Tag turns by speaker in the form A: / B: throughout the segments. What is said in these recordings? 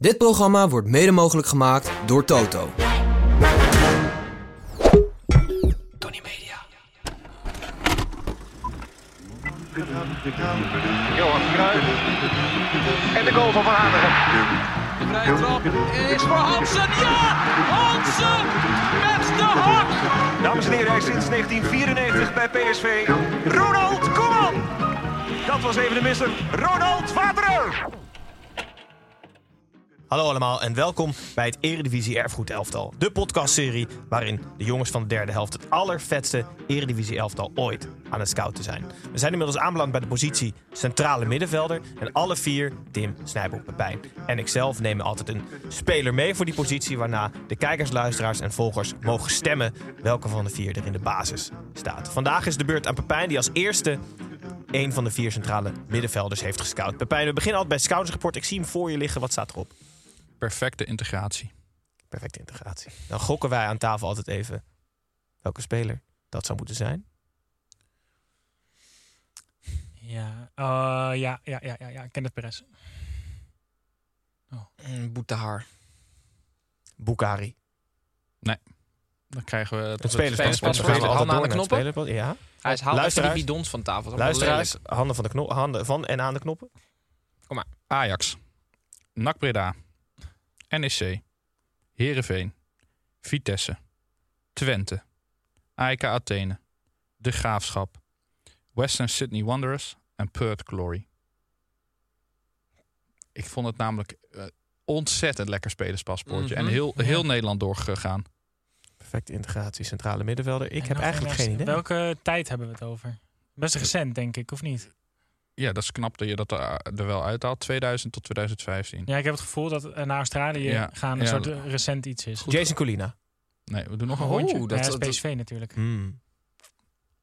A: Dit programma wordt mede mogelijk gemaakt door Toto. Tony Media.
B: Johan Cruijff. En de goal van Van Hanegem.
C: De vrije trap is voor Hansen. Ja! Hansen met de hak!
B: Dames en heren, hij is sinds 1994 bij PSV. Ronald Koeman! Dat was even de mister. Ronald Waterer!
D: Hallo allemaal en welkom bij het Eredivisie Erfgoed Elftal. De podcastserie waarin de jongens van de derde helft het allervetste Eredivisie Elftal ooit aan het scouten zijn. We zijn inmiddels aanbeland bij de positie centrale middenvelder. En alle vier, Tim, Snijboek, Pepijn en ikzelf nemen altijd een speler mee voor die positie. Waarna de kijkers, luisteraars en volgers mogen stemmen welke van de vier er in de basis staat. Vandaag is de beurt aan Pepijn die als eerste een van de vier centrale middenvelders heeft gescout. Pepijn, we beginnen altijd bij scoutingsrapport. Ik zie hem voor je liggen. Wat staat erop?
E: perfecte integratie.
D: Perfecte integratie. Dan gokken wij aan tafel altijd even welke speler dat zou moeten zijn.
F: Ja, eh, ja, ja, ja, ja, ja. Kenneth Perez. Oh.
A: Boetehar.
D: Bukari.
E: Dan krijgen we tot
D: Het
E: het
D: spelerspaspoort.
E: spelerspaspoort.
D: We gaan
A: Handen
D: altijd
A: aan
D: door
A: de
D: naar het
A: knoppen.
D: spelerspaspoort. Ja.
A: Hij is haalt even die
D: Luisteraars.
A: bidons van tafel. Dat is allemaal
D: Luisteraars, handen van, de knop, handen van en aan de knoppen.
E: Ajax, NAC Breda, NEC, Heerenveen, Vitesse, Twente, AEK Athene, De Graafschap, Western Sydney Wanderers en Perth Glory. Ik vond het namelijk eh, ontzettend lekker spelerspaspoortje.
A: Mhm.
E: En heel, heel Nederland doorgegaan.
D: Perfecte integratie, centrale middenvelder. Ik
F: En
D: heb
F: nog
D: eigenlijk
F: iemand.
D: geen idee.
F: Welke tijd hebben we het over? Best
E: Eh,
F: recent, denk ik, of niet?
E: Ja, dat is knap dat je dat er, er wel uithaalt. 2000 tot 2015.
F: Ja, ik heb het gevoel dat eh, naar Australië
E: Ja,
F: gaan een
E: ja.
F: soort eh, recent iets is.
E: Goed.
D: Jason Colina.
E: Nee, we doen nog een
A: Oeh,
E: rondje.
A: dat-
F: Dat, ja,
A: dat-
F: is PSV natuurlijk.
D: Hmm.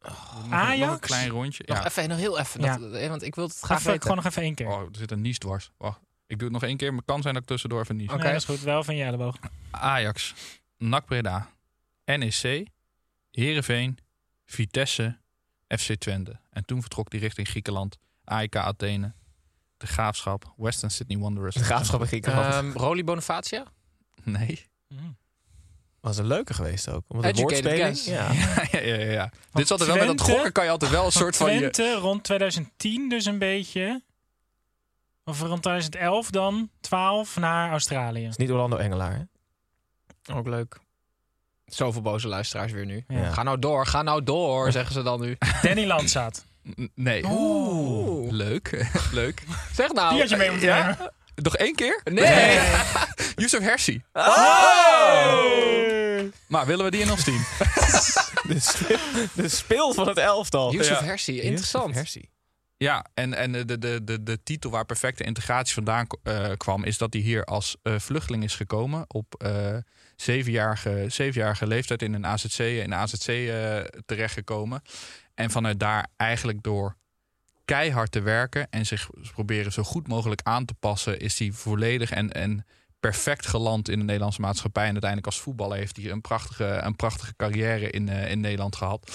E: Nog een- Nog een
F: Ajax?
E: klein rondje.
A: Ah. Nog
E: Ja.
A: even, nog heel even.
F: Ja.
A: Dat, eh, want ik wil het
F: Ga
A: graag weten.
F: gewoon nog even één keer.
E: Oh, er zit een nies dwars. Wacht. Ik doe het nog één keer, maar het kan zijn dat ik tussendoor even nies.
F: Nee,
A: oké.
F: dat is goed. Wel van je elleboog.
E: Ajax, NAC Breda, NEC, Heerenveen, Vitesse, FC Twente. En toen vertrok hij richting Griekenland, AEK Athene, De Graafschap, Western Sydney Wanderers.
D: De graafschap in Griekenland.
A: Ehm, Roli Bonifacia?
E: Nee.
D: was een leuke geweest ook. Omdat het
A: Educated
D: woordspeling.
A: guess.
D: Ja.
E: ja, ja, ja, ja. Dit is altijd wel met dat
F: Twente-
E: gokken kan je altijd wel een soort van... Je,
F: Twente rond 2010 dus een beetje. Of rond 2011 dan, 12 naar Australië.
D: is niet Orlando Engelaar. Hè?
A: Ook leuk. Zoveel boze luisteraars weer nu.
F: Ja.
A: Ga nou door, ga nou door, zeggen ze dan nu.
F: Danny Landzaat.
E: N- nee.
A: Oeh.
E: Leuk, leuk.
A: Zeg nou.
F: Die had je mee moeten
E: Ja?
F: nemen.
E: Nog één keer?
A: Nee.
E: Yusuf Hersi. Maar willen we die in ons team?
D: De, speel, de speel van het elftal.
A: Yusuf
E: Ja.
A: Hersi, interessant.
D: Oh, Yusuf Hersi.
E: Ja, en, en de, de, de, de titel waar perfecte integratie vandaan eh, kwam, is dat hij hier als eh, vluchteling is gekomen op eh, zevenjarige, zevenjarige leeftijd in een AZC, in de AZC eh, terechtgekomen. En vanuit daar eigenlijk door keihard te werken en zich proberen zo goed mogelijk aan te passen, is hij volledig en, en perfect geland in de Nederlandse maatschappij. En uiteindelijk als voetballer heeft hij een prachtige, een prachtige carrière in, eh, in Nederland gehad.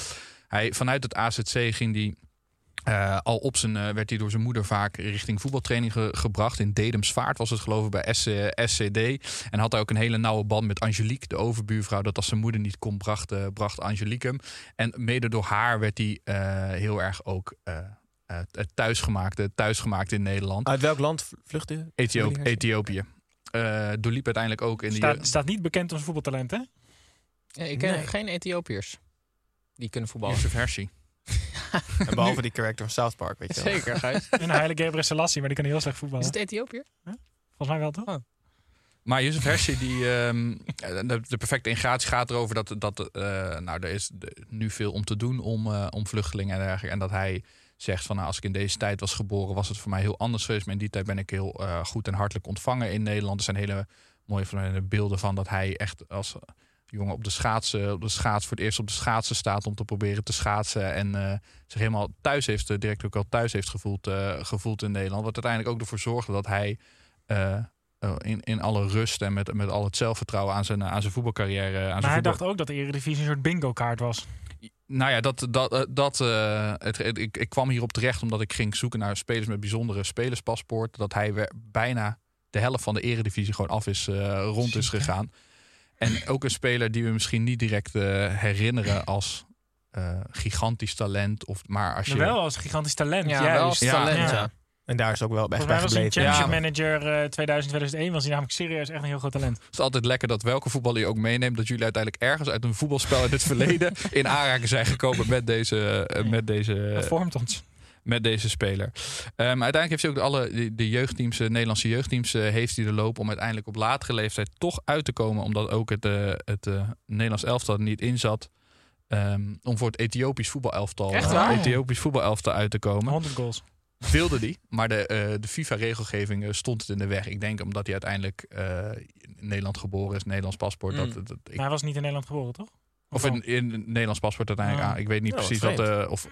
E: Hij, vanuit het AZC ging hij eh, al op zijn, eh, werd hij door zijn moeder vaak richting voetbaltraining ge- gebracht. In Dedemsvaart was het geloof ik bij SC, SCD. En had hij ook een hele nauwe band met Angelique, de overbuurvrouw. Dat als zijn moeder niet kon, bracht, eh, bracht Angelique hem. En mede door haar werd hij eh, heel erg ook eh eh, thuisgemaakt, thuisgemaakt in Nederland.
G: Ah,
D: Uit welk land vluchtte je?
E: Ethiopië. Ethiopië. Eh, doorliep uiteindelijk ook in de...
F: Staat, staat niet bekend als voetbaltalent, hè?
A: Ja, ik ken
D: Nee.
A: geen Ethiopiërs die kunnen voetballen.
E: Yusuf Hersi.
D: En behalve die character van South Park, weet je wel.
A: Zeker, Gijs.
F: Een heilige Gabriel Selassie, maar die kan heel slecht
A: Is
F: voetballen.
A: het Ethiopië?
F: Volgens mij wel,
E: Ah, nou,
F: toch?
E: Maar Yusuf Hersi, die, ehm, de, de perfecte integratie gaat erover dat, dat eh, nou, er is de- nu veel om te doen om, eh, om vluchtelingen en dergelijke. En dat hij zegt van nou, als ik in deze tijd was geboren, was het voor mij heel anders geweest. Maar in die tijd ben ik heel eh, goed en hartelijk ontvangen in Nederland. Er zijn hele mooie van- beelden van dat hij echt als jongen op de schaatsen, op de schaats voor het eerst op de schaatsen staat om te proberen te schaatsen. En eh, zich helemaal thuis heeft, eh, direct ook al thuis heeft gevoeld, eh, gevoeld in Nederland. Wat uiteindelijk ook ervoor zorgde dat hij eh, eh, in, in alle rust en met, met al het zelfvertrouwen aan zijn, aan zijn voetbalcarrière. Aan zijn
F: Maar hij
E: voetbal-
F: dacht ook dat de Eredivisie een soort bingo-kaart was.
E: nou ja, dat, dat, eh, dat, eh, het, het- ik, ik kwam hierop terecht omdat ik ging zoeken naar spelers met bijzondere spelerspaspoort. Dat hij weer bijna de helft van de eredivisie gewoon af is, eh, rond is gegaan. En ook een speler die we misschien niet direct eh, herinneren als eh, gigantisch talent. Of, maar als je,
F: Wel als gigantisch talent.
A: Ja,
F: juist.
A: wel als
E: Ja.
A: talent.
F: Ja.
A: ja.
D: En daar is ook wel echt
F: Volgens
D: bij
F: mij was hij
D: gebleven.
F: Championship
E: Ja.
F: Manager eh, 2000, 2001. Was hij namelijk serieus echt een heel groot talent.
E: Het is altijd lekker dat welke voetballer je ook meeneemt... dat jullie uiteindelijk ergens uit een voetbalspel in het verleden... in aanraking zijn gekomen met deze, eh, met
F: Dat
E: deze
F: vormt ons.
E: met deze speler. Ehm, uiteindelijk heeft hij ook de alle de, de jeugdteams, de Nederlandse jeugdteams, eh, heeft hij de loop om uiteindelijk op latere leeftijd toch uit te komen, omdat ook het, eh, het eh, Nederlands elftal er niet in zat. ehm, om voor het Ethiopisch voetbalelftal,
F: Echt
E: eh,
F: waar?
E: Ethiopisch voetbalelftal uit te
D: Oh.
E: komen.
F: 100 goals.
E: Wilde die, maar de, eh, de FIFA-regelgeving eh, stond het in de weg. Ik denk omdat hij uiteindelijk eh, in Nederland geboren is, Nederlands paspoort.
A: Mm.
E: Dat, dat, ik-
F: Maar hij was niet in Nederland geboren, toch?
E: of
F: wel?
E: in, in het Nederlands paspoort uiteindelijk.
F: Ah.
E: aan. ik weet niet
D: Ja, wat
E: precies wat.
D: vreemd.
E: eh, of,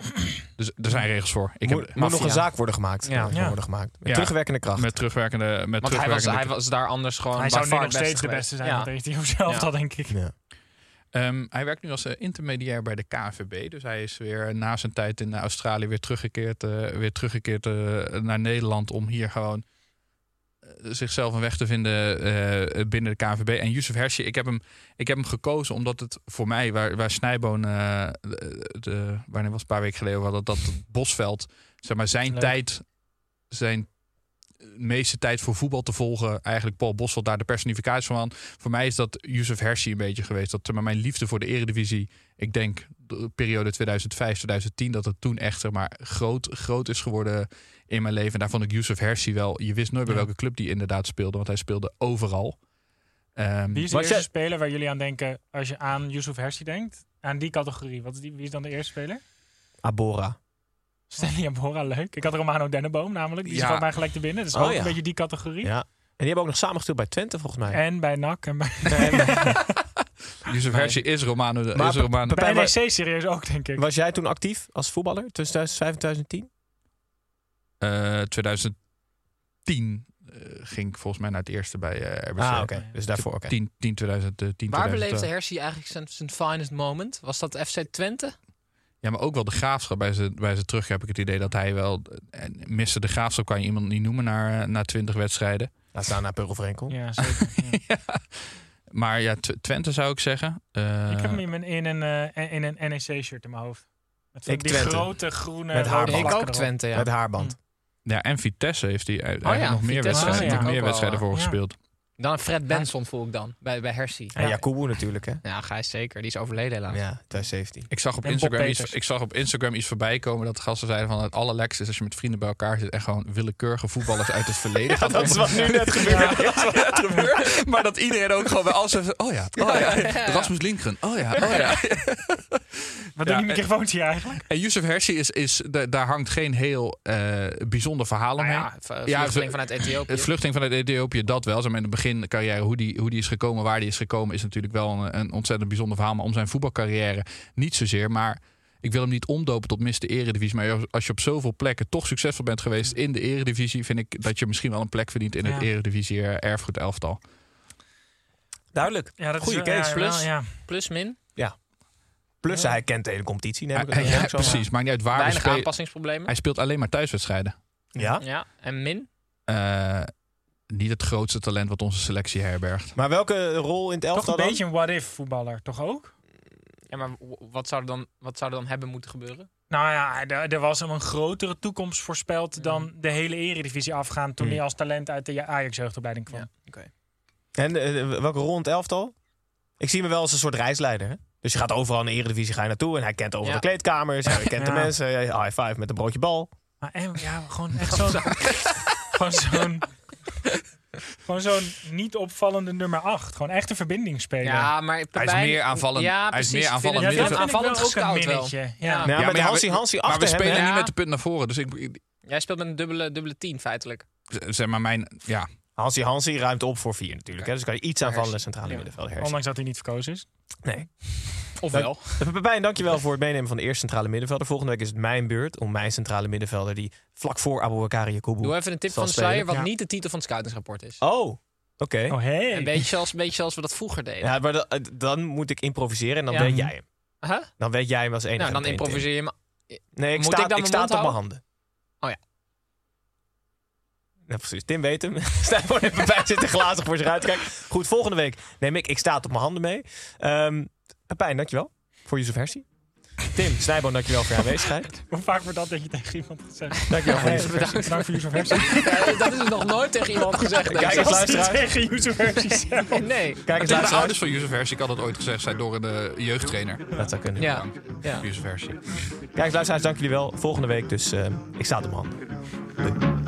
E: dus er zijn regels voor. Ik
D: Ik
E: heb,
D: moet, moet nog
A: Maffia.
D: een zaak worden gemaakt.
A: Ja.
D: Moet nog
F: Ja.
D: worden gemaakt. Met
E: Ja.
D: terugwerkende kracht.
E: met terugwerkende. Met
A: Want hij was,
E: terugwerkende
A: hij was daar anders gewoon
F: hij
A: by
F: zou nu
A: far
F: nog
A: het
F: steeds de beste
A: geweest.
F: zijn.
A: Ja.
F: Want heeft hij zelf
A: Ja.
F: dat, denk ik.
D: Ja.
E: Ehm, hij werkt nu als eh, intermediair bij de KNVB. Dus hij is weer na zijn tijd in Australië weer teruggekeerd, eh, weer teruggekeerd eh, naar Nederland. Om hier gewoon eh, zichzelf een weg te vinden eh, binnen de KNVB. En Yusuf Hersje, ik heb hem, ik heb hem gekozen omdat het voor mij, waar, waar Snijboon, eh, de- de- wanneer was het, een paar weken geleden, wel dat, dat Bosveld, zeg maar, zijn
F: Leuk.
E: tijd, zijn meeste tijd voor voetbal te volgen. Eigenlijk Paul Bosveld daar de personificatie van. Voor mij is dat Yusuf Hersi een beetje geweest. Dat zeg maar, mijn liefde voor de eredivisie, ik denk de periode 2005, 2010, dat het toen echt zeg maar, groot, groot is geworden in mijn leven. En daar vond ik Yusuf Hersi wel. Je wist nooit bij
F: Ja.
E: welke club die inderdaad speelde, want hij speelde overal. Ehm,
F: Wie is de
D: Wat
F: eerste
D: jij-
F: speler waar jullie aan denken als je aan Yusuf Hersi denkt? Aan die categorie. Wat is die, wie is dan de eerste speler?
D: Abora.
F: Stanley Abora, leuk. Ik had Romano Denneboom namelijk. Die
E: Ja.
F: schoot mij gelijk te binnen. Dus
D: Oh,
F: ook
D: ja.
F: een beetje die categorie.
D: Ja. En die hebben ook nog samengespeeld bij Twente, volgens mij.
F: En bij NAC en bij,
E: Yusuf Hersi is Romano. de-
D: Ah, Maar
E: is Romano.
D: Pepijn,
F: bij
D: wa-
F: NEC E serieus ook, denk ik.
D: Was jij toen actief als voetballer tussen 2005 en 2010?
E: Eh, 2010 eh, ging ik volgens mij naar het eerste bij eh, RBC.
D: Ah, oké. Dus daarvoor, oké.
E: 10, 10, 2010,
A: Waar
E: 2012.
A: beleefde Hersie eigenlijk zijn, zijn finest moment? Was dat FC Twente?
E: Ja, maar ook wel de graafschap. Bij ze, bij ze terug heb ik het idee dat hij wel. eh, En missen de graafschap kan je iemand niet noemen na, eh, na 20 wedstrijden.
D: Laat staan naar Pearl Vrenkel.
F: Ja, zeker. Ja.
E: Maar ja, Tw- Twente zou ik zeggen. Eh,
F: Ik heb hem in, mijn- in een, eh, in een NEC-shirt in mijn hoofd. Met van
D: Ik
F: die
D: Twente.
F: grote groene...
D: Met haar
F: rode
D: bal.
A: ik
F: vlakken
A: ook
F: erop.
A: Twente, ja.
D: Met haarband.
E: ja, en Vitesse heeft hij eigenlijk
A: Oh ja,
E: nog meer
A: Vitesse
E: wedstrijden,
F: natuurlijk
E: nog meer
A: ook
E: wedstrijden
A: wel,
E: voor
F: ja.
E: gespeeld.
A: Dan een Fred Benson voel ik dan, bij, bij Hersie.
D: En Jacobo natuurlijk, hè?
A: Ja, Gijs zeker. Die is overleden helaas.
D: Ja, 2017.
E: Ik zag, op
F: En Bob
E: Instagram iets,
F: Peters.
E: ik zag op Instagram iets voorbij komen dat gasten zeiden van het allerlekste is als je met vrienden bij elkaar zit en gewoon willekeurige voetballers uit het verleden gaat
D: Dat is wat nu net gebeurd.
E: opnoemen. Maar dat iedereen ook gewoon bij alles heeft, oh ja, oh ja, Rasmus Linkren, oh ja, oh ja.
F: Wat
E: Ja,
F: doen die microfoons hier eigenlijk?
E: En Yusuf Hersi is, is da- daar hangt geen heel eh, bijzonder verhaal
A: Nou
E: omheen.
A: ja, v- vluchteling
E: ze-
A: vanuit Ethiopië.
E: Het vluchteling vanuit Ethiopië, dat wel. Zeg maar in het begin de carrière, hoe die, hoe die is gekomen, waar die is gekomen, is natuurlijk wel een, een ontzettend bijzonder verhaal. Maar om zijn voetbalcarrière niet zozeer. Maar ik wil hem niet omdopen tot Mr. Eredivisie. Maar als je op zoveel plekken toch succesvol bent geweest in de Eredivisie, vind ik dat je misschien wel een plek verdient in het
F: Ja.
E: Eredivisie eh, erfgoed elftal.
D: Duidelijk.
F: Ja, dat
D: Goeie
F: is, wel-
D: case,
F: ja,
A: plus.
F: wel, ja.
A: Plus, min.
D: Plus hij kent de hele competitie, neem ik
E: Ja,
D: aan.
E: ja, precies. Dus Maakt niet uit waar. we
A: Weinig
E: spelen.
A: aanpassingsproblemen.
E: Hij speelt alleen maar thuiswedstrijden.
D: Ja.
A: Ja, en min.
E: Eh, niet het grootste talent wat onze selectie herbergt.
D: Maar welke rol in het
F: Toch
D: elftal
F: een
D: dan?
F: beetje een what-if voetballer, toch ook?
A: Ja, maar w- wat zou, er dan, wat zou er dan hebben moeten gebeuren?
F: Nou ja, er, er was hem een grotere toekomst voorspeld dan de hele eredivisie afgaan toen
D: Mm.
F: hij als talent uit de Ajax-jeugdopleiding kwam.
A: Ja.
D: En eh, welke rol in het elftal? Ik zie me wel als een soort reisleider. Hè? Dus je gaat overal in de eredivisie ga je naartoe. En hij kent over
A: Ja.
D: de kleedkamers. Hij kent de
F: Ja.
D: mensen. eh, High five met een broodje bal.
F: Maar en, ja, gewoon echt zo'n... gewoon zo'n... Gewoon zo'n niet opvallende nummer 8. Gewoon echt een verbindingsspeler.
A: Ja, maar
E: Hij is
A: bij-
E: meer aanvallend- hij
A: Ja,
E: is
A: precies.
E: meer
A: Ik vind
E: aanvallend
A: het- ik vind
F: middenveld.
A: het aanvallend
F: Dat vind ik wel ook
A: gescout
F: een
A: wel.
F: minnetje, ja.
A: Ja.
F: Ja,
D: Ja, maar de
E: ja,
D: Hansi
E: we-
D: Hansi
E: Maar we
D: achter hem,
E: spelen
D: hè?
E: nu
A: Ja.
E: met de punt naar voren. Dus ik, ik-
A: Jij speelt met een dubbele, dubbele 10 feitelijk.
E: zeg maar, mijn. Ja,
D: Hansi Hansi ruimt op voor vier natuurlijk. Hè? Dus kan je iets aanvallende centrale
F: Ja. Oh,
D: middenvelder hersen.
F: Ondanks dat hij niet verkozen is.
D: Nee.
A: Ofwel.
D: Pepijn, dankjewel voor het meenemen van de eerste centrale middenvelder. Volgende week is het mijn beurt om mijn centrale middenvelder... die vlak voor Abouakari Yakubu
A: Doe even een tip
D: zal
A: van de
D: spelen.
A: sluier, wat
F: Ja.
A: niet de titel van het scoutingsrapport is.
D: Oh, oké.
F: Oh, hey.
A: Een beetje zoals, een beetje zoals we dat vroeger deden.
D: Ja, maar da- eh, dan moet ik improviseren en dan
A: Ja.
D: weet jij hem.
A: Huh?
D: Dan weet jij hem als enige.
A: Nou, dan
D: meteen, Tim.
A: improviseer je maar.
D: Nee, ik
A: Moet
D: sta,
A: ik
D: ik
A: dan mijn
D: sta
A: mond
D: het op mijn
A: houden?
D: handen.
A: Oh ja.
D: Ja, precies. Tim weet hem. Stijn even bij zitten glazig voor zich uit. Kijk, goed, volgende week neem ik Ik sta het op mijn handen mee. Ehm Pepijn, dankjewel voor je versie. Tim, Snijboon, dankjewel voor je aanwezigheid.
F: Hoe vaak wordt dat dat je tegen iemand gaat zeggen?
D: Dankjewel voor je versie.
A: Bedankt.
F: Dank voor user versie.
A: Eh, dat is nog nooit tegen iemand gezegd. denk
D: Kijk
A: ik.
D: eens,
F: Als niet
D: luisteraar.
F: tegen user versie zelf.
A: Nee.
D: Kijk eens,
E: tegen de
D: luisteraar.
E: ouders van Userversie, ik had dat ooit gezegd, zei door de jeugdtrainer.
D: Dat zou kunnen.
A: Ja. Ja.
E: Userversie.
D: Kijk eens, luisteraars, dank jullie wel. Volgende week dus ehm, Ik sta het op mijn handen.